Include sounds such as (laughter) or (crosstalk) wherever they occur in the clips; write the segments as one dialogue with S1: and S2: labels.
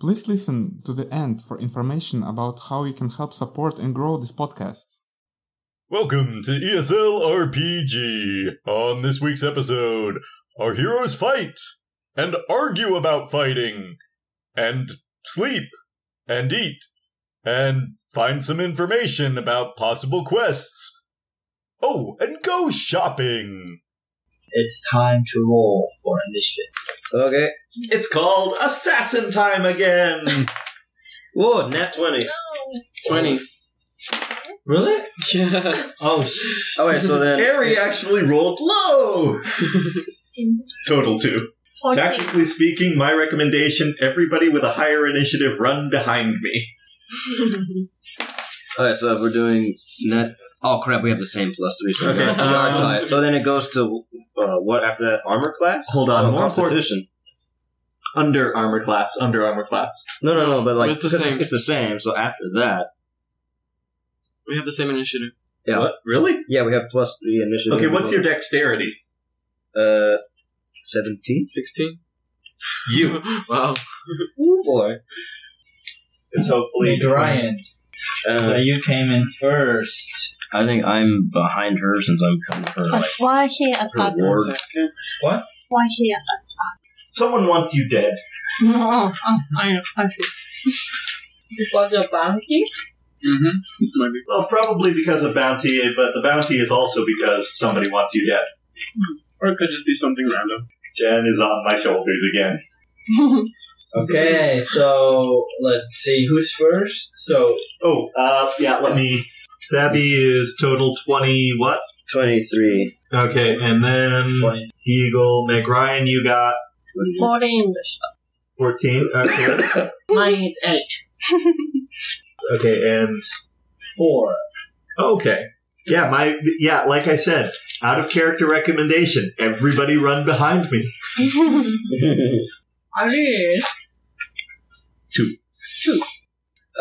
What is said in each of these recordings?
S1: Please listen to the end for information about how you can help support and grow this podcast.
S2: Welcome to E ESL RPG. On this week's episode, our heroes fight and argue about fighting and sleep and eat and find some information about possible quests. Oh, and go shopping.
S3: It's time to roll for initiative.
S4: Okay.
S5: It's called Assassin Time again.
S4: Whoa,
S5: Nat 20.
S6: No.
S5: 20.
S3: Really?
S4: yeah.
S5: Oh, sh-
S4: Oh, wait, so then.
S5: (laughs) Harry actually rolled low. Total two.
S6: 14.
S5: Tactically speaking, my recommendation everybody with a higher initiative run behind me.
S4: Okay, so if we're doing net. Oh crap, we have the same plus three. So
S5: Okay.
S4: we are
S3: Um,
S4: tied. So then it goes to uh, what after that? Armor class?
S5: Hold on,
S4: Oh,
S5: more important-
S4: Constitution.
S5: Under armor class, under armor class.
S4: No, no, no, but like.
S7: But it's the
S4: 'cause
S7: same.
S4: It's the same, so after that.
S7: We have the same initiative.
S4: Yeah.
S5: What? Really?
S4: Yeah, we have plus three initiative.
S5: Okay, what's your dexterity?
S4: Uh, 17?
S7: 16?
S5: You.
S7: (laughs) Wow.
S4: Ooh, boy.
S5: It's hopefully.
S3: Wait, Ryan, so
S4: Uh,
S3: you came in first.
S4: I think I'm behind her since I'm coming her,
S6: But
S4: like,
S6: why he
S4: her
S6: attack?
S4: ward.
S6: Why he?
S5: Someone wants you dead.
S6: No, oh, I know. I see.
S8: Because of bounty?
S7: Mm-hmm. Maybe.
S5: Well, probably because of bounty, but the bounty is also because somebody wants you dead. Hmm.
S7: Or it could just be something random.
S5: Jen is on my shoulders again.
S3: Okay, so let's see who's first. So
S5: Oh, uh, yeah, let me. Sabby is total 20 what?
S4: (laughs) 23.
S5: Okay, and then
S3: twenty.
S5: Eagle, McRyan, you got
S8: 14.
S5: 14. Okay,
S8: Mine is 8.
S5: okay and.
S3: Four.
S5: Okay. Yeah, my yeah, like I said, out of character recommendation. Everybody run behind me.
S8: I mean,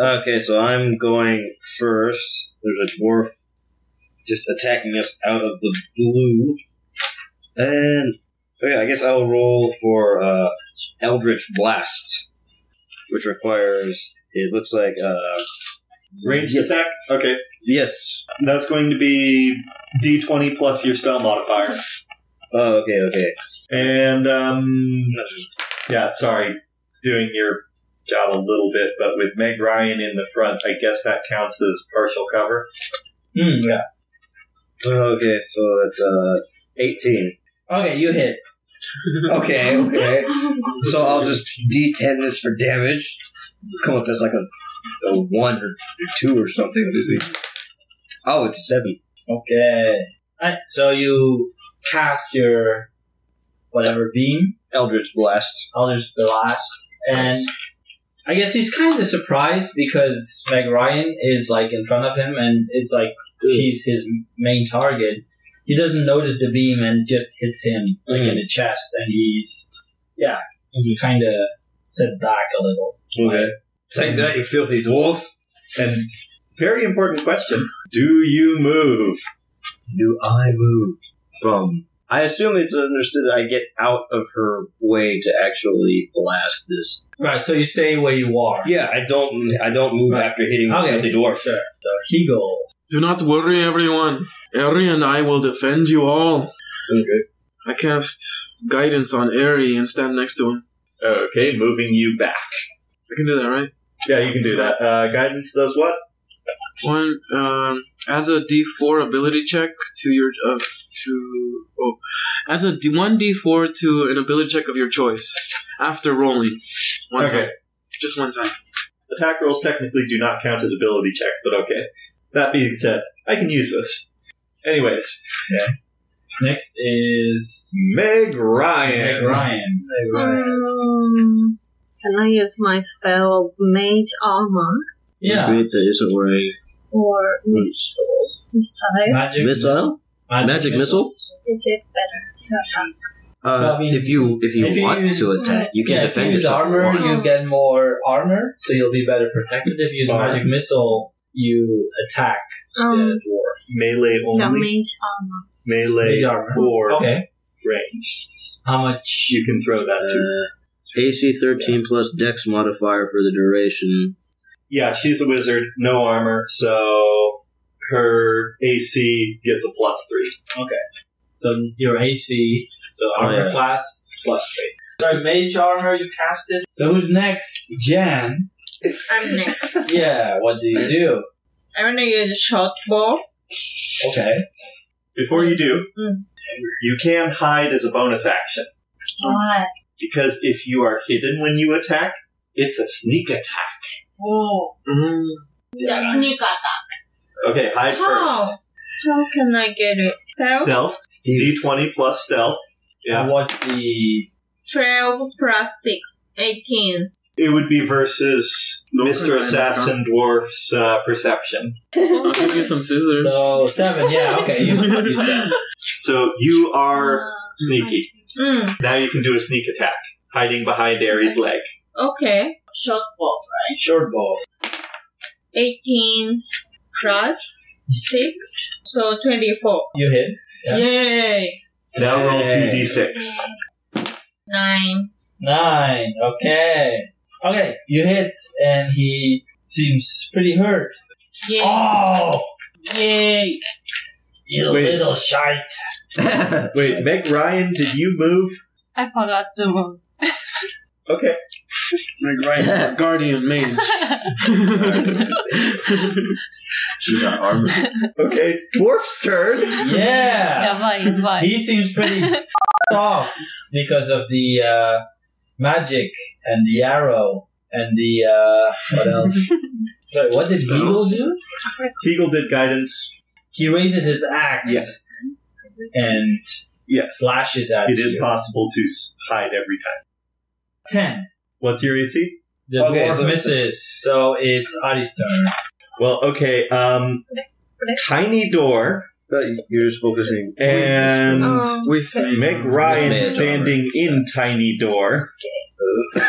S4: Okay, so I'm going first. There's a dwarf just attacking us out of the blue. And okay, I guess I'll roll for uh, Eldritch Blast, which requires it looks like uh,
S5: Ranged attack. Okay,
S4: yes.
S5: that's going to be D20 plus your spell modifier.
S4: Oh, okay, okay.
S5: And um, yeah, sorry, doing your job a little bit, but with Meg Ryan in the front, I guess that counts as partial cover.
S3: Hmm. yeah.
S4: Okay, so it's uh, 18.
S3: Okay, you hit.
S4: Okay, okay. So I'll just D10 this for damage. Come up as like a, a 1 or 2 or something. Let's see. Oh, it's 7.
S3: Okay. Alright, so you cast your whatever beam.
S4: Eldritch Blast.
S3: I'll just blast, and I guess he's kind of surprised because Meg Ryan is like in front of him, and it's like she's his main target. He doesn't notice the beam and just hits him like
S4: Mm-hmm.
S3: in the chest, and he's yeah, he kind of set back a little.
S4: Okay. Take that, you filthy dwarf.
S5: And very important question: Do you move?
S4: Do I move from? I assume it's understood that I get out of her way to actually blast this.
S3: Right, so you stay where you are.
S4: Yeah, I don't. I don't move after hitting the
S3: Okay.
S4: filthy dwarf.
S3: Sure. So he go.
S7: Do not worry, everyone. Eri and I will defend you all.
S4: Okay.
S7: I cast guidance on Eri and stand next to him.
S5: Okay, moving you back.
S7: I can do that, right?
S5: Yeah, you can do that. Uh, guidance does what?
S7: One um, adds a D4 ability check to your uh, to oh, adds a D- one D4 to an ability check of your choice after rolling one
S5: Okay.
S7: time, just one time.
S5: Attack rolls technically do not count as ability checks, but okay. That being said, I can use this. Anyways,
S3: Next is
S5: Meg Ryan.
S3: Meg Ryan.
S8: um, can I use my spell of Mage Armor
S3: Yeah.
S4: Wait, there is a way.
S8: or Missile? Missile?
S3: Magic
S4: Missile? Magic missile?
S8: Is it better to attack?
S4: Uh,
S3: I mean,
S4: if you if you
S3: if you
S4: want
S3: use-
S4: to attack, you can
S3: yeah, if
S4: defend
S3: you use
S4: yourself.
S3: armor,
S4: Why?
S3: you get more armor, so you'll be better protected. If you use
S5: Alright.
S3: magic missile, you attack the
S8: Um,
S3: dwarf.
S5: Melee
S8: the
S5: only.
S8: Mage Armor.
S5: Melee
S3: Mage armor.
S5: or
S3: Okay.
S5: range.
S3: How much?
S5: You can throw that
S3: Uh,
S5: too.
S2: AC 13 plus Dex modifier for the duration.
S4: Yeah, she's a wizard, no armor, so her AC gets a plus three.
S3: So your AC, so
S5: Oh,
S3: armor
S2: yeah.
S3: class plus three. Sorry, mage armor you cast it. So who's next?
S5: (laughs)
S3: Jan.
S6: I'm next.
S3: Yeah. What do you do?
S6: I'm gonna use a short bow.
S3: Okay.
S4: Before you do,
S6: Mm.
S4: you can hide as a bonus action
S9: Why?
S4: because if you are hidden when you attack, it's a sneak attack.
S6: Oh.
S7: Mm.
S6: That's new kata.
S4: Okay, hide
S6: How? How can I get it?
S4: first.
S6: 12,
S4: Stealth, D20 plus stealth. Yeah.
S3: What's the
S6: 12 plus 6, 18.
S4: It would be versus
S7: No,
S4: Mr.
S7: it's not.
S4: Assassin Dwarf's uh, perception.
S7: I'll give you some scissors.
S3: so seven? Yeah. Okay. You,
S5: (laughs)
S3: you stand.
S4: So you are
S6: Ah,
S4: sneaky.
S6: Mm,
S4: Now you can do a sneak attack, hiding behind Ares' leg.
S6: okay. Short bow.
S3: Short bow.
S6: 18 plus 6, so 24.
S3: You hit. Yeah.
S6: Yay!
S4: Now roll
S3: Hey.
S4: 2d6.
S6: (laughs) 9.
S3: Nine. Okay. Okay. You hit, and he seems pretty hurt.
S6: Yay!
S3: Oh,
S6: Yay!
S3: you
S4: Wait.
S3: little shite.
S4: Wait, Meg Ryan, did you move?
S9: I forgot to move. (laughs)
S4: Okay.
S7: Meg (laughs) Ryan, guardian
S3: (laughs)
S7: mage.
S2: She's on armor.
S4: Okay, Dwarf's turn.
S3: Yeah.
S9: Yeah, why? Why?
S3: He seems pretty f***ed off because of the uh, magic and the arrow and the uh, what else? Sorry, what did Beagle do?
S4: Kegel did guidance.
S3: He raises his axe
S4: Yes.
S3: and
S4: Yes.
S3: slashes at
S4: It
S3: you.
S4: is possible to s- hide every time.
S3: ten.
S4: What's your AC?
S3: The
S4: Okay,
S3: dwarf
S4: so-
S3: misses, so it's Adi's turn.
S4: Well, okay, um, tiny door
S2: But you're just focusing.
S7: Mm,
S4: and
S6: Oh.
S7: With
S3: (laughs)
S7: me.
S4: Meg Ryan
S2: Mage armor.
S4: standing in tiny door. (laughs)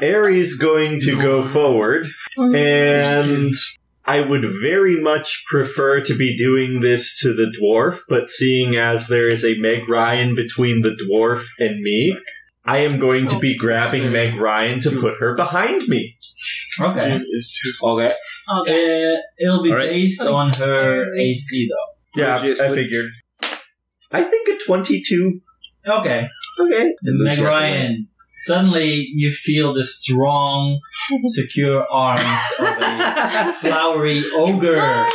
S4: Aries going to go forward, and I would very much prefer to be doing this to the dwarf, but seeing as there is a Meg Ryan between the dwarf and me, I am going to be grabbing Meg Ryan to put her behind me.
S3: Okay.
S7: Dude is too.
S2: Okay.
S6: Okay.
S3: Uh, it'll be
S2: All right.
S3: based on her AC though.
S4: Yeah,
S2: Would you-
S4: I
S2: would-
S4: figured. I think a 22.
S3: Okay.
S4: Okay.
S2: It moves
S3: Meg
S2: you out the way.
S3: Ryan, suddenly you feel the strong,
S2: (laughs)
S3: secure arms of a flowery
S9: (laughs)
S3: ogre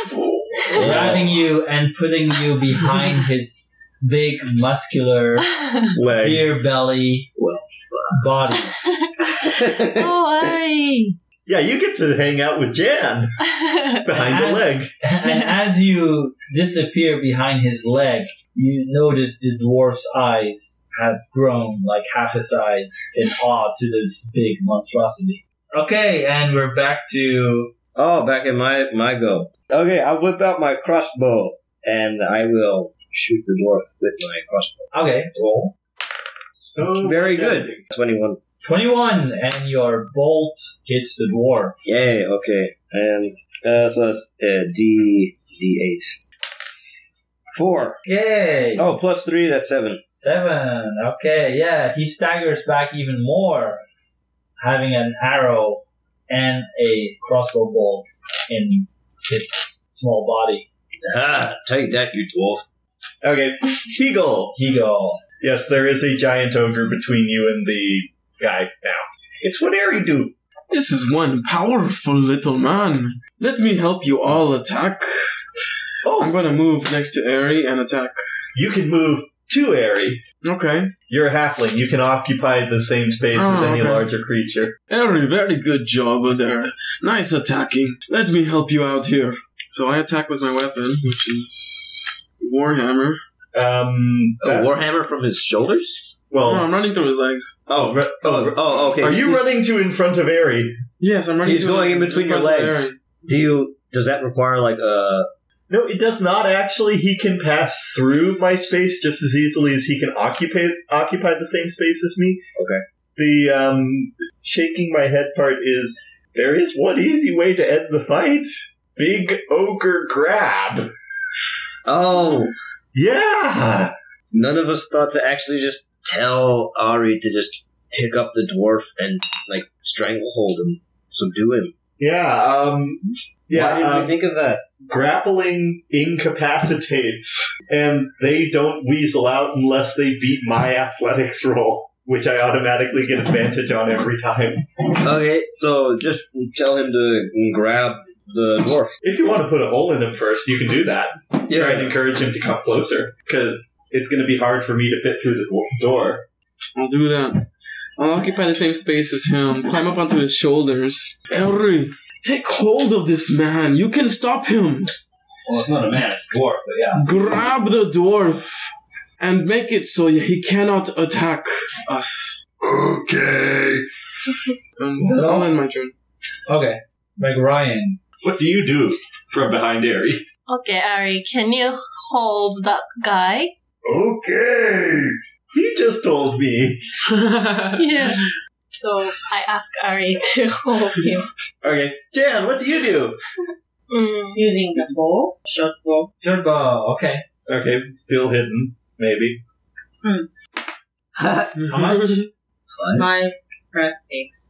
S3: grabbing you and putting you behind his big,
S2: (laughs)
S3: muscular,
S4: Leg.
S3: beer belly
S2: Well, uh,
S3: body.
S9: Why?
S4: Yeah, you get to hang out with Jan
S9: (laughs)
S4: behind the
S3: And-
S4: leg.
S3: And as you disappear behind his leg, you notice the dwarf's eyes have grown like half his eyes in awe to this big monstrosity. Okay, and we're back to
S2: Oh, back in my my go. Okay, I whip out my crossbow and I will shoot the dwarf with my crossbow.
S3: okay, roll.
S2: Oh,
S4: So
S2: Very good. Twenty-one.
S3: 21, and your bolt hits the dwarf.
S2: Yay. Okay. And uh, so that's uh, D D eight. Four.
S3: Yay!
S2: Oh, plus three. That's seven.
S3: Seven. Okay, yeah, he staggers back even more, having an arrow and a crossbow bolt in his small body.
S2: Ah, take that, you dwarf.
S4: Okay, Kegel.
S3: He go,
S4: Yes, there is a giant ogre between you and the guy now. It's what Ari do.
S7: This is one powerful little man. Let me help you all attack. I'm
S4: Oh,
S7: gonna move next to Eri and attack.
S4: you can move to Ari.
S7: Okay.
S4: You're a halfling. You can occupy the same space as
S7: Oh,
S4: any
S7: okay.
S4: larger creature.
S7: Eri, very good job there. Nice attacking. Let me help you out here. So I attack with my weapon, which is Warhammer.
S4: Um,
S2: A
S4: that's-
S2: warhammer from his shoulders.
S7: Oh,
S4: Well,
S7: I'm running through his legs.
S4: oh, re-
S2: Oh,
S4: oh,
S2: oh, okay.
S4: are you running to in front of Ari?
S7: Yes, I'm running
S2: He's
S7: through
S2: going in between your
S7: front of
S2: legs.
S7: Eri.
S2: Do you? Does that require like uh, a?
S4: No, it does not actually. He can pass through my space just as easily as he can occupy occupy the same space as me.
S2: Okay.
S4: The um, shaking my head part is there is one easy way to end the fight. Big ogre grab.
S2: Oh,
S4: Yeah.
S2: none of us thought to actually just tell Ari to just
S4: pick up the dwarf and like stranglehold him, subdue him.
S5: Yeah,
S4: Why
S5: um,
S4: didn't
S5: yeah,
S4: we
S5: um,
S4: think of that?
S5: grappling incapacitates, and they don't weasel out unless they beat my athletics roll, which I automatically get advantage on every time.
S4: Okay, so just tell him to grab the dwarf.
S5: If you want to put a hole in him first, you can do that. Try and
S4: Yeah.
S5: encourage him to come closer, because it's going to be hard for me to fit through the dwar- door.
S7: I'll do that. I'll occupy the same space as him, climb up onto his shoulders. Elry, take hold of this man. You can stop him.
S4: Well, it's not a man, it's a dwarf, but yeah.
S7: Grab the dwarf and make it so he cannot attack us.
S2: Okay.
S7: Um,
S3: Is that all?
S7: I'll end my turn.
S3: Okay. Meg Ryan.
S5: What do you do from behind Airy?
S6: Okay, Ari, can you hold that guy?
S5: Okay! He just told (laughs) me.
S6: Yeah. So I ask Ari (laughs) to hold him.
S5: Okay, Jan, what do you do?
S6: Mm.
S10: Using the bow, short bow.
S3: Third ball. Okay. Hmm.
S5: Okay, still hidden, maybe.
S3: (laughs) How much?
S10: Five plus six.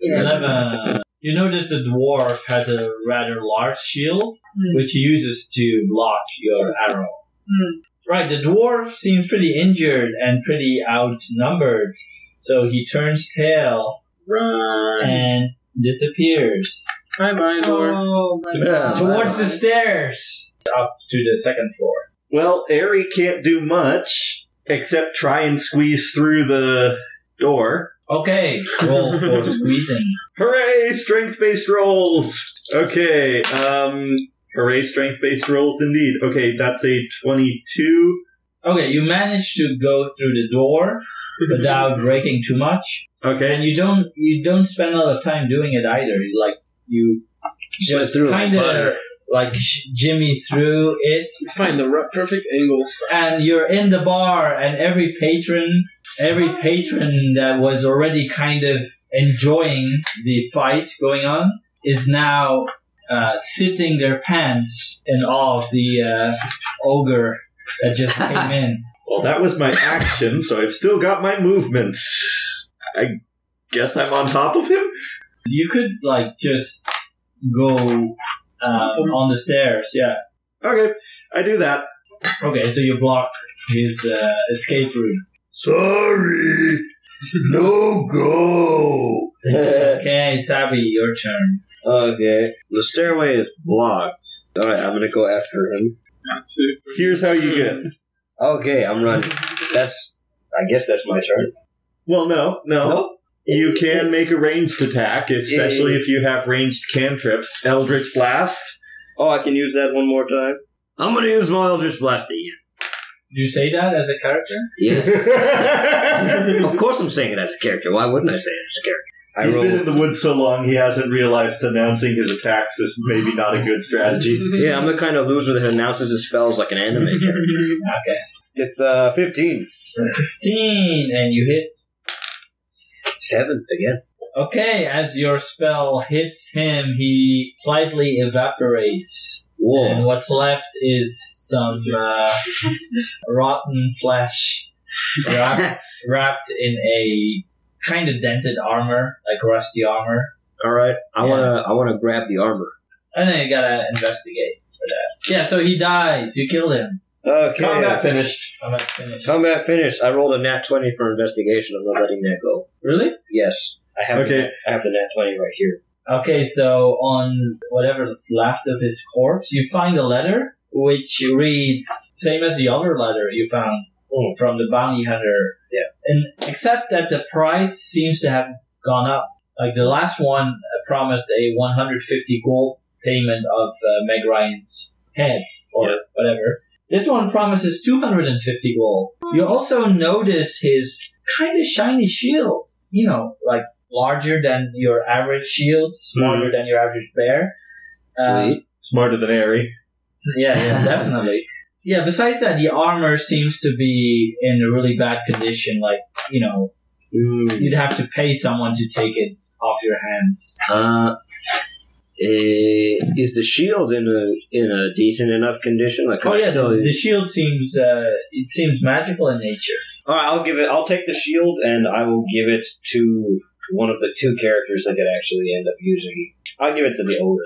S3: Eleven. You notice the dwarf has a rather large shield,
S10: Hmm.
S3: which he uses to block your arrow.
S10: Hmm.
S3: Right, the dwarf seems pretty injured and pretty outnumbered, so he turns tail
S4: Run.
S3: and disappears
S7: Bye bye,
S10: Oh my
S4: Yeah.
S10: god.
S3: towards the
S6: Mm.
S3: stairs up to the second floor.
S5: Well, Airy can't do much except try and squeeze through the door.
S3: Okay, roll (laughs) for squeezing.
S5: Hooray! Strength based rolls! Okay, um, hooray, strength based rolls indeed. Okay, that's a 22.
S3: Okay, you manage to go through the door
S4: (laughs)
S3: without breaking too much, and
S5: Okay,
S3: you don't you don't spend a lot of time doing it either. You, Like you
S4: Slid
S3: just
S4: through like
S3: kind of
S4: butter.
S3: like sh- jimmy through it,
S7: Find the right, perfect angle.
S3: and you're in the bar, and every patron, every patron that was already kind of enjoying the fight going on is now uh, sitting their pants in awe of the uh, ogre that just came
S4: (laughs)
S3: in.
S5: well, that was my action, so I've still got my movements. I guess I'm on top of him?
S3: You could like just go um, on the stairs, yeah.
S5: Okay, I do that.
S3: Okay, so you block his uh, escape route.
S2: Sorry. No go.
S3: Okay, Sabi, your turn.
S4: (laughs) okay. The stairway is blocked. Alright, I'm gonna go after him.
S7: That's it.
S5: Here's how you get.
S4: Okay, I'm running. That's. I guess that's my turn.
S5: Well, no, no.
S4: Nope.
S5: You can make a ranged attack, especially if you have ranged cantrips. Eldritch Blast.
S4: Oh, I can use that one more time. I'm gonna use my Eldritch Blast again.
S3: You say that as a character?
S4: Yes.
S5: He's (laughs)
S4: of course I'm saying it as a character. Why wouldn't I say it as a character? I
S5: been in
S4: rolled.
S5: the woods so long he hasn't realized announcing his attacks is maybe not a good strategy.
S4: Yeah, I'm the kind of loser that announces his spells like an
S5: (laughs)
S4: anime character.
S3: Okay.
S4: It's uh 15.
S3: 15, and you hit.
S4: Seven again.
S3: Okay, as your spell hits him, he slightly evaporates. And
S4: Whoa.
S3: what's left is some uh, rotten flesh wrapped, wrapped in a kind of dented armor, like rusty armor.
S4: All right. I
S3: Yeah.
S4: wanna I wanna grab the armor.
S3: And then you gotta investigate for that. Yeah, so he dies. You killed him.
S4: Okay. uh,
S5: Combat finished.
S3: I'm not finished.
S4: Combat finished. I rolled a nat 20 for investigation. I'm not letting that go.
S3: Really?
S4: Yes. I have the,
S5: Okay.
S4: nat- I have the nat 20 right (laughs) here.
S3: Okay, so on whatever's left of his corpse, you find a letter which reads same as the other letter you found
S4: Oh.
S3: from the bounty hunter.
S4: Yeah.
S3: And except that the price seems to have gone up. Like the last one uh, promised a 150 gold payment of uh, Meg Ryan's head or whatever. This one promises 250 gold. You also notice his kind of shiny shield. You know, like larger than your average shield, smaller than your average bear. Um,
S4: Sweet.
S5: Smarter than Airy.
S3: yeah, yeah, definitely. Yeah, besides that, the armor seems to be in a really bad condition. Like, you know,
S4: Mm.
S3: you'd have to pay someone to take it off your hands.
S4: Uh, eh, is the shield in a in a decent enough condition? Like,
S3: Oh
S4: I
S3: yeah,
S4: still,
S3: the, the shield seems uh, it seems magical in nature.
S4: All right, I'll give it. I'll take the shield and I will give it to one of the two characters I could actually end up using. I'll give it to the older.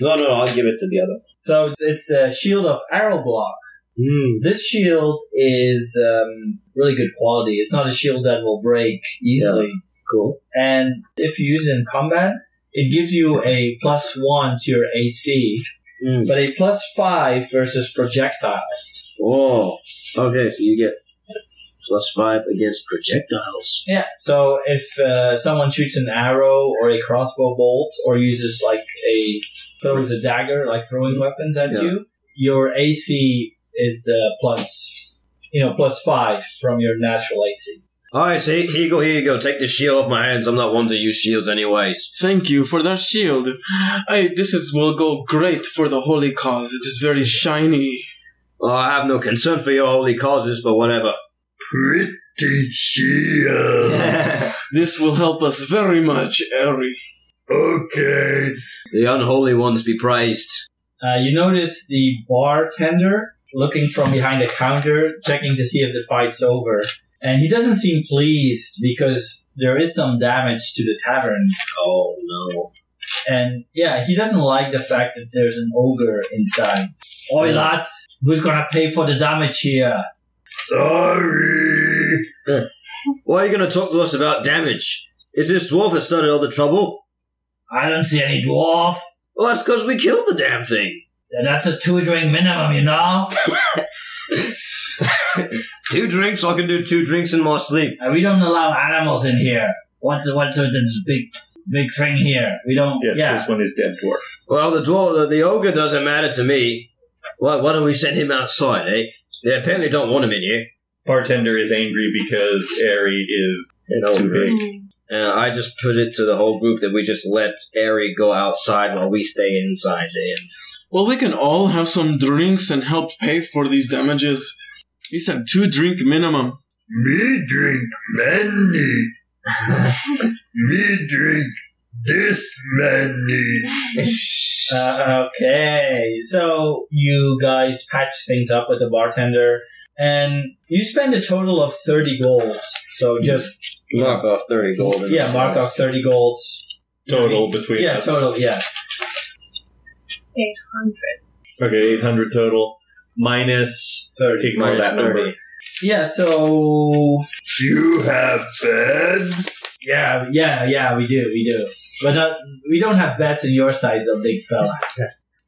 S4: No, no, I'll give it to the other.
S3: So it's, it's a shield of arrow block.
S4: Hmm.
S3: This shield is um, really good quality. It's not a shield that will break easily. Cool. And if you use it in combat, it gives you a plus one to your AC,
S4: Hmm.
S3: but a plus five versus projectiles.
S4: Oh, okay. So you get plus five against projectiles.
S3: Yeah. So if uh, someone shoots an arrow or a crossbow bolt or uses like a throws a dagger, like throwing weapons at
S4: Yeah.
S3: you, your AC is uh, plus, you know, plus five from your natural AC.
S4: All right, so here you go. Here you go. Take the shield off my hands. I'm not one to use shields, anyways.
S7: Thank you for that shield. I, this is will go great for the holy cause. It is very shiny.
S4: Well, I have no concern for your holy causes, but whatever.
S2: Pretty shield.
S7: (laughs) This will help us very much, Eri.
S2: okay.
S4: The unholy ones be praised.
S3: Uh, you notice the bartender looking from behind the counter, checking to see if the fight's over. And he doesn't seem pleased because there is some damage to the tavern.
S4: Oh no.
S3: And yeah, he doesn't like the fact that there's an ogre inside. Oi, lads, who's gonna pay for the damage here?
S2: Sorry.
S4: Why are you going to talk to us about damage? Is this dwarf that started all the trouble?
S3: I don't see any dwarf.
S4: Well, that's because we killed the damn thing.
S3: That's a two drink minimum, you know?
S4: Two drinks? I can do two drinks in my sleep.
S3: And Uh, we don't allow animals in here. What's, what's with this big, big thing here? We don't,
S5: Yes,
S3: yeah.
S5: this one is dead dwarf.
S4: Well, the dwarf, the, the ogre doesn't matter to me. Why, why don't we send him outside, eh? They apparently don't want him in here.
S5: Bartender is angry because Airy is
S4: An
S5: too
S4: ogre.
S5: big.
S4: And Uh, I just put it to the whole group that we just let Airy go outside while we stay inside. Then.
S7: Well, we can all have some drinks and help pay for these damages. He said two drink minimum.
S2: Me drink many. Me drink this many.
S3: Uh, okay, so you guys patch things up with the bartender, and you spend a total of thirty golds. So just
S4: Mark off 30 gold. and-
S3: yeah, mark off thirty golds.
S5: Total between
S3: Yeah,
S5: us.
S3: total. Yeah,
S5: Okay, 800 total. Minus.
S3: thirty.
S5: Ignore
S4: Minus
S5: that number.
S3: Yeah, so
S2: You have beds?
S3: yeah, yeah, yeah. We do, we do. But not, we don't have bets in your size, though, big fella.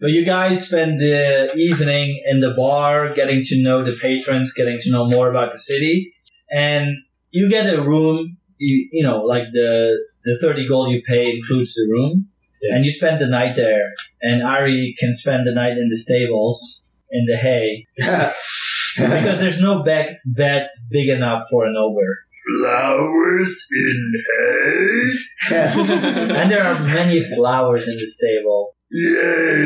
S3: But you guys spend the evening in the bar, getting to know the patrons, getting to know more about the city, and you get a room. You, you know, like the the thirty gold you pay includes the room, and you spend the night there. And Ari can spend the night in the stables in the hay because there's no bed bed big enough for an ogre.
S2: Flowers in hay?
S7: (laughs)
S3: and there are many flowers in the stable.
S2: Yay,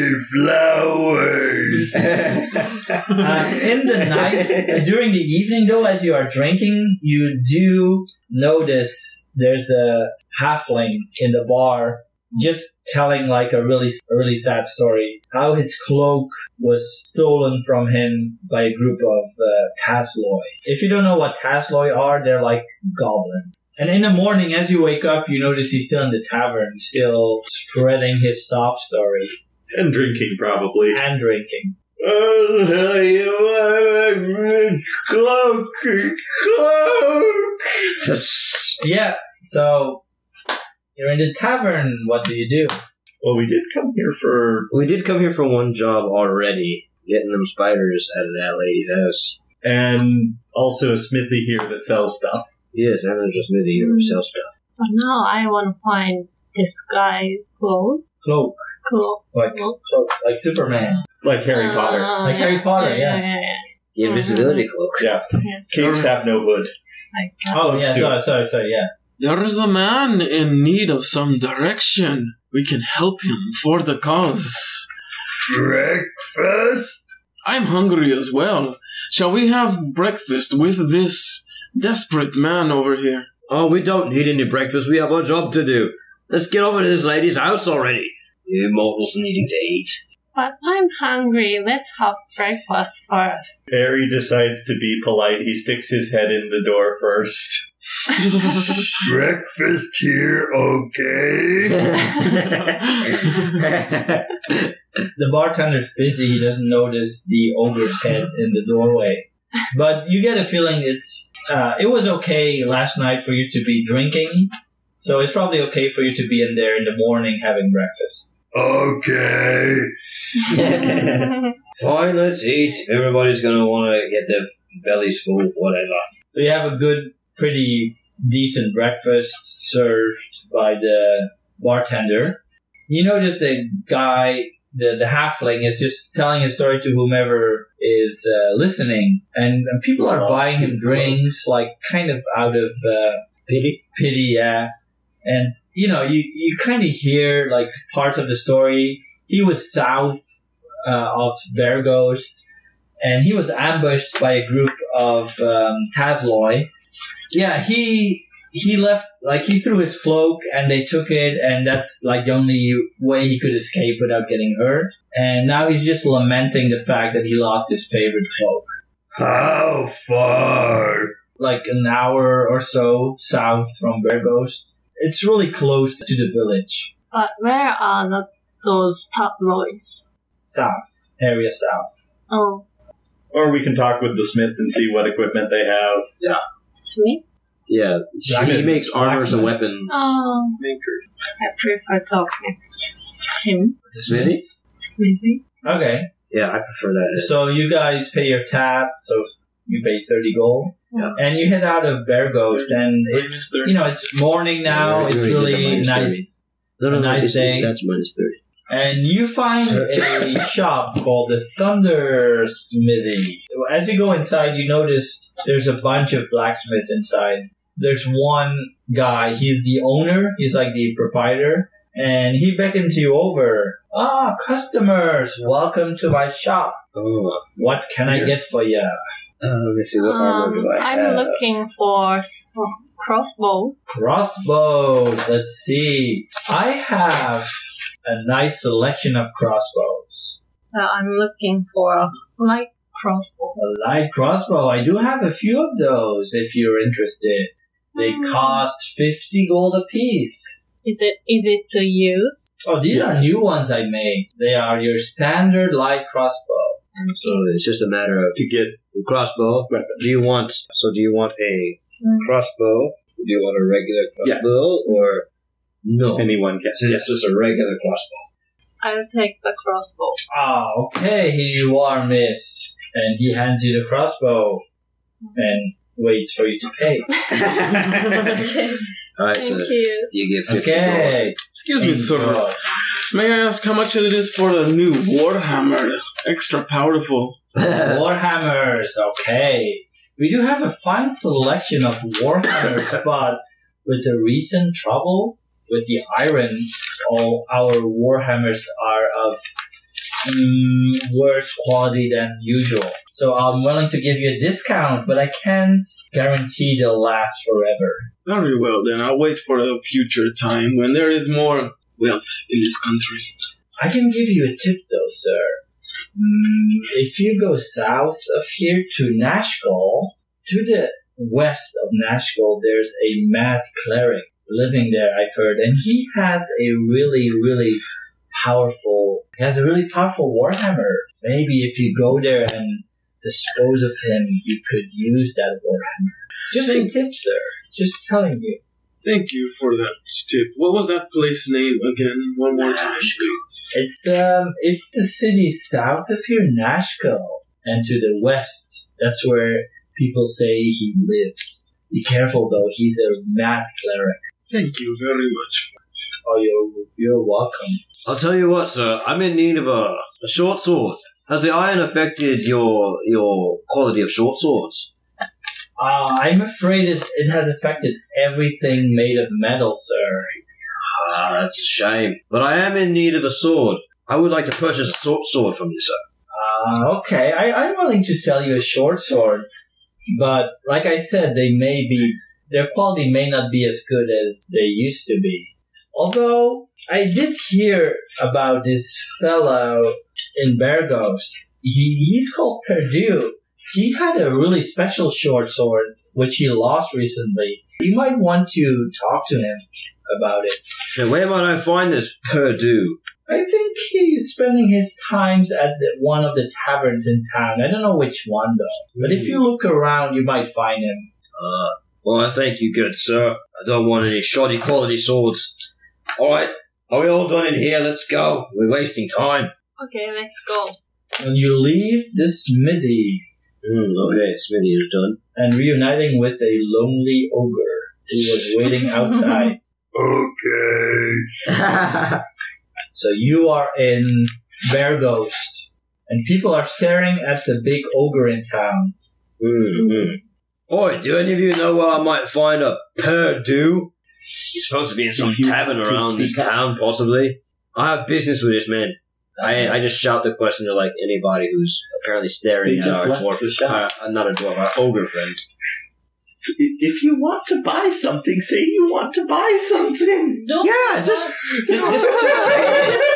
S2: flowers!
S3: Uh, in the night, uh, during the evening, though, as you are drinking, you do notice there's a halfling in the bar just telling like a really, a really sad story. How his cloak was stolen from him by a group of uh, Tasloi. If you don't know what Tasloi are, they're like goblins. And in the morning, as you wake up, you notice he's still in the tavern, still spreading his sob story
S5: And drinking, probably.
S3: and drinking.
S5: Oh, hell, you
S4: uh,
S5: are cloak, cloak.
S3: Yeah. So you're in the tavern. What do you do?
S5: Well, we did come here for.
S4: we did come here for one job already getting them spiders out of that lady's house.
S5: And also a smithy here that sells stuff.
S4: Yes, and there's just me,
S6: Mm.
S4: you yourself now.
S6: But now I want to find this guy's clothes.
S3: Cloak,
S6: Cool.
S3: like
S6: Cloak.
S3: cloak, like Superman.
S5: Like Harry Potter.
S6: Ah,
S3: Like Harry Potter,
S6: Yeah.
S3: yeah.
S6: yeah,
S4: The invisibility cloak.
S5: Caves have no hood.
S6: yeah. Like,
S3: Oh
S5: Cloaks
S3: yeah,
S5: do.
S3: sorry, sorry, sorry, yeah.
S7: (laughs) There is a man in need of some direction. We can help him for the cause.
S2: Breakfast?
S7: I'm hungry as well. Shall we have breakfast with this desperate man over here?
S4: Oh, we don't need any breakfast. We have our job to do. Let's get over to this lady's house already. You mortals needing to eat.
S6: But I'm hungry. Let's have breakfast first.
S5: Barry decides to be polite. He sticks his head in the door first.
S2: (laughs) Breakfast here, okay?
S3: The bartender's busy. He doesn't notice the ogre's head in the doorway. But you get a feeling it's uh, it was okay last night for you to be drinking, so it's probably okay for you to be in there in the morning having breakfast.
S2: Okay.
S4: Fine, let's eat. Everybody's gonna wanna get their bellies full, whatever.
S3: So you have a good, pretty decent breakfast served by the bartender. You notice the guy, the, the halfling, is just telling a story to whomever is uh, listening, and, and people are
S5: Lost
S3: buying him
S5: his
S3: drinks, like kind of out of uh, pity. Pity, yeah. And you know, you you kind of hear like parts of the story. He was south uh, of Bear Ghost, and he was ambushed by a group of um, Tasloy. Yeah, he he left like he threw his cloak and they took it, and that's like the only way he could escape without getting hurt. And now he's just lamenting the fact that he lost his favorite cloak,
S2: How far?
S3: like an hour or so south from Bear Ghost. It's really close to the village,
S6: But where are the, those top boys?
S3: south area south.
S6: Oh,
S5: Or we can talk with the smith and see what equipment they have.
S6: it's me?
S4: Yeah, he
S3: Blacksmith.
S4: makes armors and
S3: Blacksmith.
S4: weapons.
S6: Oh,
S7: Maker.
S6: I prefer talking to him.
S4: Smithy?
S6: Maybe.
S3: Okay.
S4: Yeah, I prefer that.
S3: So you guys pay your tab, so you pay thirty gold,
S6: Yeah.
S3: and you head out of Bear Ghost, and it's
S7: Minus 30.
S3: you know it's morning now.
S4: Yeah,
S3: it's
S4: you're- you're getting
S3: really
S4: minus 30.
S3: nice,
S4: No, no, no,
S3: Nice
S4: it's- it's-
S3: day.
S4: that's minus 30.
S3: and you find a shop called the Thunder Smithy. As you go inside, you notice there's a bunch of blacksmiths inside. There's one guy. He's the owner. He's like the proprietor. And he beckons you over. Ah, customers, welcome to my shop.
S4: Oh,
S3: What can I get for you?
S4: uh, let me see, what armor
S6: Um,
S4: do I have?
S6: I'm looking for s- crossbow.
S3: Crossbows. Let's see. I have a nice selection of crossbows.
S8: So I'm looking for a light crossbow.
S3: A light crossbow. I do have a few of those if you're interested. They
S6: Hmm.
S3: cost 50 gold apiece.
S6: Is it easy to use?
S3: Oh, these are new ones I made. They are your standard light crossbow.
S6: And
S4: So it's just a matter of
S5: To get
S4: crossbow. Do you want, so do you want a
S6: Mm.
S4: crossbow? Do you want a regular
S5: Yes.
S4: crossbow? Or no?
S5: anyone
S4: Yes, it's just a regular crossbow.
S6: I'll take the
S4: (laughs)
S6: crossbow.
S3: Ah, okay, here you are, miss. And he hands you the crossbow and waits for you to pay.
S6: (laughs) okay.
S4: Alright, so
S6: Thank you.
S4: you get 50 gold.
S3: Okay.
S7: Excuse me, sir.
S2: Mm-hmm.
S7: May I ask how much it is for the new Warhammer? Extra powerful.
S3: (laughs)
S4: (laughs)
S3: Warhammers, okay. We do have a fine selection of Warhammers, but with the recent trouble with the iron, all our Warhammers are of mm, worse quality than usual. So I'm willing to give you a discount, but I can't guarantee they'll last forever.
S7: Very well then. I'll wait for a future time when there is more wealth in this country.
S3: I can give you a tip though, sir. Mm, If you go south of here to Nashville, to the west of Nashville, there's a mad cleric living there, I've heard, and he has a really, really powerful, he has a really powerful warhammer. Maybe if you go there and dispose of him, you could use that warhammer. Just a tip, sir. Just telling you.
S7: Thank you for that tip. What was that place name again? One more time, please.
S3: It's um, if the city south of here, Nashville, and to the west, that's where people say he lives. Be careful though, he's a mad cleric.
S7: Thank you very much.
S3: Oh, you're you're welcome.
S4: I'll tell you what, sir. I'm in need of a, a short sword. Has the iron affected your your quality of short swords?
S3: Uh, I'm afraid it, it has affected everything made of metal, sir.
S4: Ah, that's a shame. But I am in need of a sword. I would like to purchase a short sword from you, sir.
S3: Uh, okay, I, I'm willing to sell you a short sword, but like I said, they may be their quality may not be as good as they used to be. Although I did hear about this fellow in Burgos. He, he's called Perdue. He had a really special short sword which he lost recently. You might want to talk to him about it.
S4: Now, where might I find this (laughs) Purdue?
S3: I think he's spending his times at the, one of the taverns in town. I don't know which one though. But if you look around, you might find him.
S4: Uh, well, I thank you, good sir. I don't want any shoddy quality swords. All right, are we all done in here? Let's go. We're wasting time.
S6: Okay, let's go.
S3: When you leave this smithy
S4: Hmm, okay, Smithy is done.
S3: and reuniting with a lonely ogre who was waiting outside.
S2: Okay.
S3: So you are in Bear Ghost, and people are staring at the big ogre in town.
S4: Mm-hmm. Oi, do any of you know where I might find a Purdue? He's supposed to be in some
S5: If you
S4: tavern
S5: could
S4: around this
S5: speak up.
S4: town, possibly. I have business with this man. I, I just shout the question to like anybody who's apparently staring
S5: They
S4: at
S5: just
S4: our
S5: left
S4: dwarf,
S5: the shop.
S4: uh, not a dwarf, our ogre friend.
S5: If you want to buy something, say you want to buy something.
S10: Don't-
S5: yeah,
S10: (laughs)
S5: just,
S4: Just- just say it.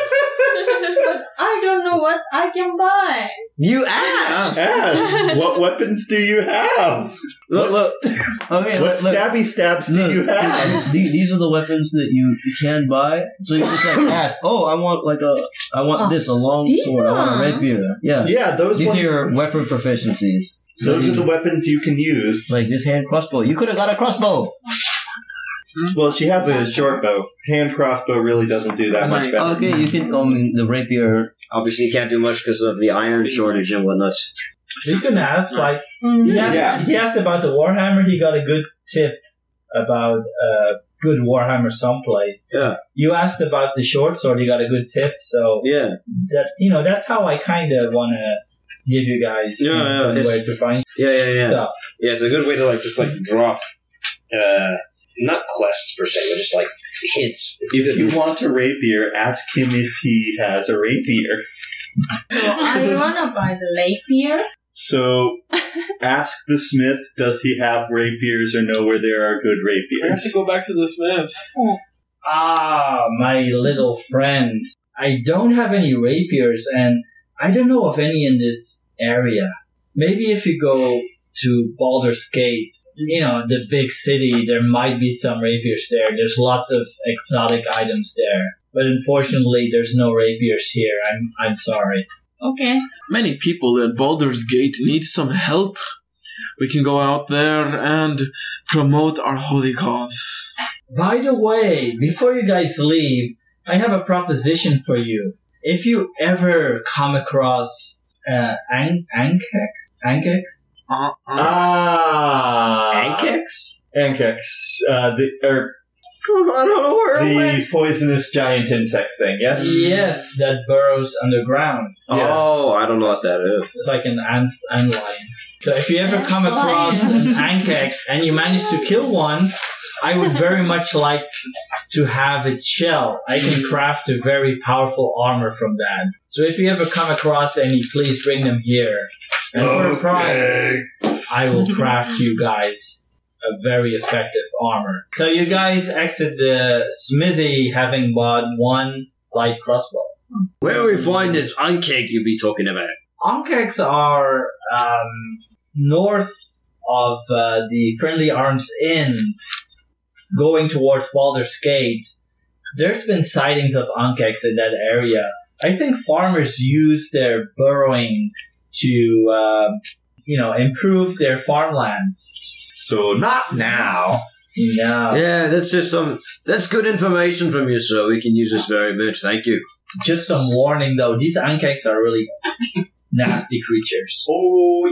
S10: I don't know what I can buy.
S4: You asked.
S5: ask what weapons do you have?
S4: Look, (laughs) look.
S11: Okay,
S5: What
S11: look, look,
S5: stabby stabs do
S11: look,
S5: (laughs) you have?
S11: th- these are the weapons that you can buy. So you just
S5: (laughs)
S11: like ask, oh, I want like a, I want
S10: Oh,
S11: this, a long
S10: these
S11: sword, I want
S10: are-
S11: a rapier. Yeah.
S5: Yeah, those
S11: These are
S5: ones,
S11: your weapon proficiencies. So
S5: those
S11: you-
S5: are the weapons you can use.
S11: Like this hand crossbow. You could have got a crossbow.
S5: Well, she has a short bow. Hand crossbow really doesn't do that much better.
S11: Okay, you can, I mean, the rapier.
S4: Obviously, you can't do much because of the iron shortage and whatnot.
S3: So you can ask, like,
S4: Mm,
S3: he asked,
S5: Yeah.
S3: he asked about the Warhammer, he got a good tip about uh, good Warhammer someplace.
S4: Yeah.
S3: You asked about the short sword, you got a good tip, so
S4: Yeah.
S3: that you know, that's how I kinda wanna give you guys you
S4: Yeah,
S3: know,
S4: yeah,
S3: some
S4: it's-
S3: way to find
S4: Yeah, yeah, yeah.
S3: stuff.
S4: Yeah, it's a good way to like just like drop, uh, not quests per se, but just like hints. It's a
S5: If
S4: good
S5: you
S4: move.
S5: want a rapier, ask him if he has a rapier.
S10: So I (laughs)
S4: (laughs)
S10: wanna buy the lake beer.
S5: So ask the smith, does he have rapiers or know where there are good
S7: I have to
S5: rapiers?
S7: go back to the smith.
S3: Ah, my little friend. I don't have any rapiers and I don't know of any in this area. Maybe if you go to Baldur's Gate, you know, the big city, there might be some rapiers there. There's lots of exotic items there. But unfortunately, there's no rapiers here. I'm, I'm sorry.
S10: Okay.
S7: Many people at Baldur's Gate need some help. We can go out there and promote our holy cause.
S3: By the way, before you guys leave, I have a proposition for you. If you ever come across uh, an- Ankex, Ankex,
S7: Uh, uh,
S5: Ah,
S4: Ankex?
S5: Ankex, uh, the er, (laughs)
S4: I don't know where.
S5: the poisonous giant insect thing. Yes.
S3: yes, that burrows underground.
S4: Oh, I don't know what that is.
S3: It's like an ant, ant lion. So if you ever come across an Ankex and you manage to kill one, I would very much like to have its shell. I can craft a very powerful armor from that. So if you ever come across any, please bring them here. And for a prize, I will craft you guys a very effective armor. So you guys exit the smithy having bought one light crossbow.
S4: Where we find this uncake you be talking about?
S3: Onkex are um, north of uh, the Friendly Arms Inn, going towards Baldur's Gate. There's been sightings of Onkex in that area. I think farmers use their burrowing to, uh, you know, improve their farmlands.
S5: So not now.
S3: Now,
S4: Yeah, that's just some. That's good information from you, sir. We can use this very much. Thank you.
S3: just some warning though, these Onkex are really (laughs) nasty creatures.
S5: Oh,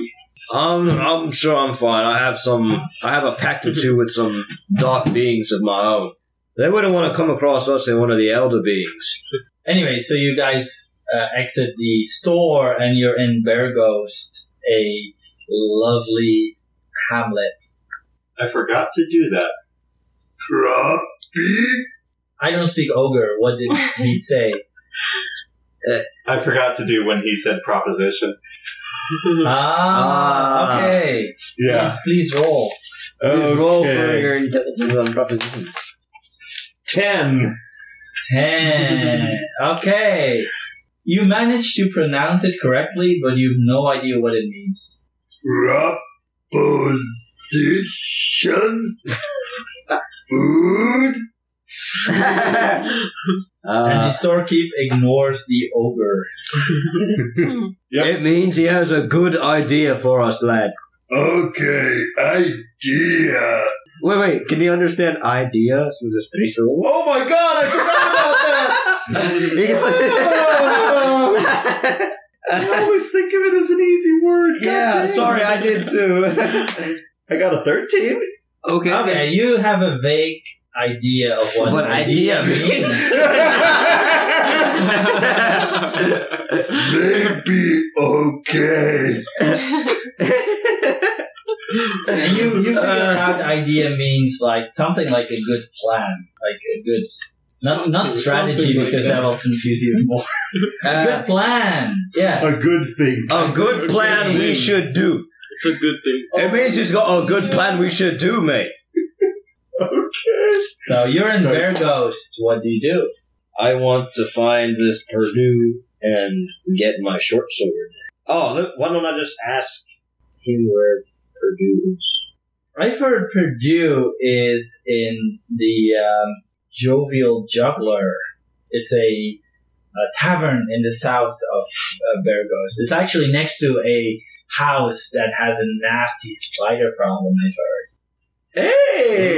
S4: I'm. Um, I'm sure I'm fine. I have some. I have a pact or two with some dark beings of my own. They wouldn't want to come across us in one of the elder beings.
S3: anyway, so you guys uh, exit the store and you're in Bergost, a lovely hamlet.
S5: I forgot to do that.
S3: I don't speak ogre. What did he say?
S5: Uh, I forgot to do when he said proposition.
S3: (laughs) ah,
S4: Ah.
S3: okay. Please, please roll.
S4: Please Roll for
S5: Okay.
S4: your intelligence on proposition.
S5: Ten.
S3: Ten. okay. You managed to pronounce it correctly, but you've no idea what it means.
S12: Proposition.
S11: (laughs)
S12: Food.
S4: Uh,
S3: and the storekeep ignores the ogre.
S4: It means he has a good idea for us, lad.
S12: Okay, idea.
S4: Wait, wait. Can you understand idea since it's three syllables?
S12: Oh my god, I forgot about that!
S4: (laughs) He can-
S5: I always think of it as an easy word.
S4: yeah,
S5: God
S4: sorry, I did (laughs) too.
S5: dang. I got a thirteen.
S4: okay.
S3: Okay, you have a vague idea of what,
S4: What idea (laughs) means?
S12: Maybe okay.
S3: and you,
S4: (laughs)
S3: you figure
S4: Uh.
S3: out idea means like something like a good plan, like a good s- not not
S5: Something-
S3: strategy
S5: something like
S3: because
S5: that.
S3: that'll confuse you
S5: (laughs)
S3: more.
S4: Uh,
S3: good plan, yeah.
S12: A good thing.
S4: a good plan we should do.
S7: It's a good thing.
S4: It means he's got a good plan we should do, mate.
S3: So you're in
S12: Sorry.
S3: Bear Ghost. What do you do?
S4: I want to find this Purdue and get my short sword. Oh, look, why don't I just ask him where Purdue is?
S3: I've heard Purdue is in the um, Jovial Juggler. It's a, a tavern in the south of uh, Bear Ghost. It's actually next to a house that has a nasty spider problem. I've heard.
S4: Hey!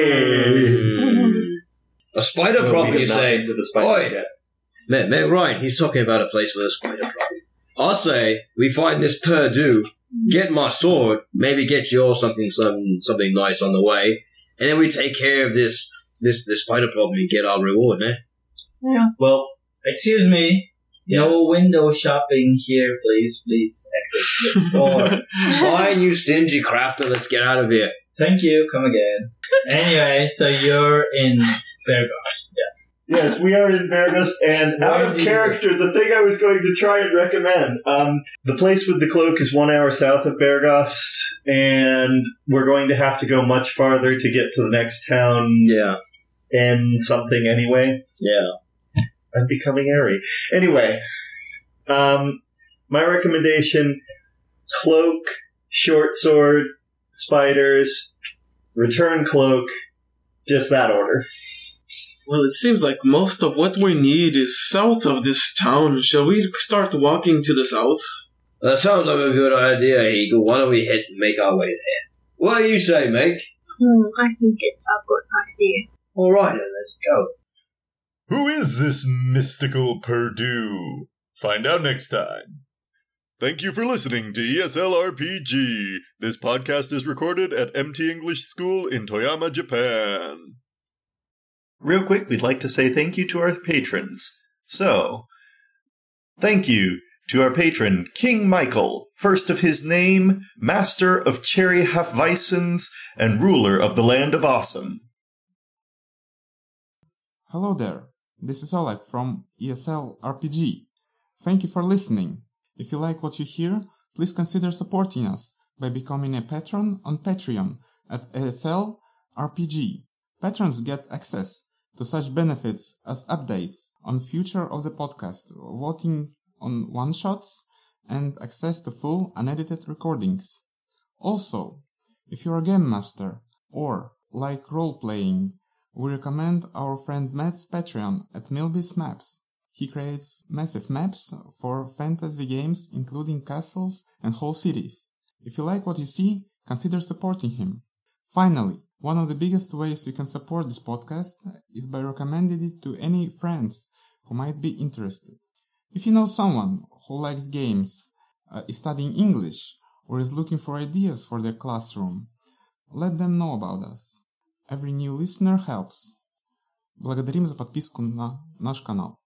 S4: Mm.
S10: (laughs)
S4: A spider
S5: Well,
S4: problem,
S5: we
S4: you
S5: have not
S4: say?
S5: been to the spider
S4: Oi.
S5: yet.
S4: Man, man, Ryan, he's talking about a place with a spider problem. I say we find this Purdue, get my sword, maybe get you all something, some something nice on the way, and then we take care of this this this spider problem and get our reward, eh? man.
S3: Well, excuse me. No window shopping here, please. Please exit the
S4: (laughs)
S3: door.
S4: Fine, you stingy crafter, let's get out of here.
S3: Thank you. Come again. Anyway, so you're in Bergos. Yeah.
S5: Yes, we are in Paragus, and out of
S3: Where do you-
S5: character, the thing I was going to try and recommend. Um, the place with the cloak is one hour south of Paragus, and we're going to have to go much farther to get to the next town
S4: Yeah,
S5: and something anyway.
S4: yeah.
S5: I'm becoming airy. Anyway, um, my recommendation cloak, short sword, spiders, return cloak, just that order.
S7: Well, it seems like most of what we need is south of this town. Shall we start walking to the south?
S4: That sounds like a good idea, Eagle. Why don't we head make our way there? What do you say, mate?
S10: Mm,
S8: Hmm, I think it's a good idea.
S4: All right, then, let's go.
S2: Who is this mystical Purdue? Find out next time. Thank you for listening to E ESL RPG. This podcast is recorded at MT English School in Toyama, Japan.
S13: Real quick, we'd like to say thank you to our patrons. So, thank you to our patron, King Michael, first of his name, master of Cherry Halfweisens, and ruler of the land of awesome.
S1: Hello there, this is Oleg from E ESL RPG. Thank you for listening. If you like what you hear, please consider supporting us by becoming a patron on Patreon at E ESL RPG. Patrons get access to such benefits as updates on future of the podcast, voting on one-shots, and access to full unedited recordings. Also, if you're a game master or like role playing, we recommend our friend Matt's Patreon at Milby's Maps. He creates massive maps for fantasy games, including castles and whole cities. If you like what you see, consider supporting him. Finally, one of the biggest ways you can support this podcast is by recommending it to any friends who might be interested. If you know someone who likes games, uh, is studying English, or is looking for ideas for their classroom, let them know about us. Every new listener helps. Благодарим за подписку на наш канал.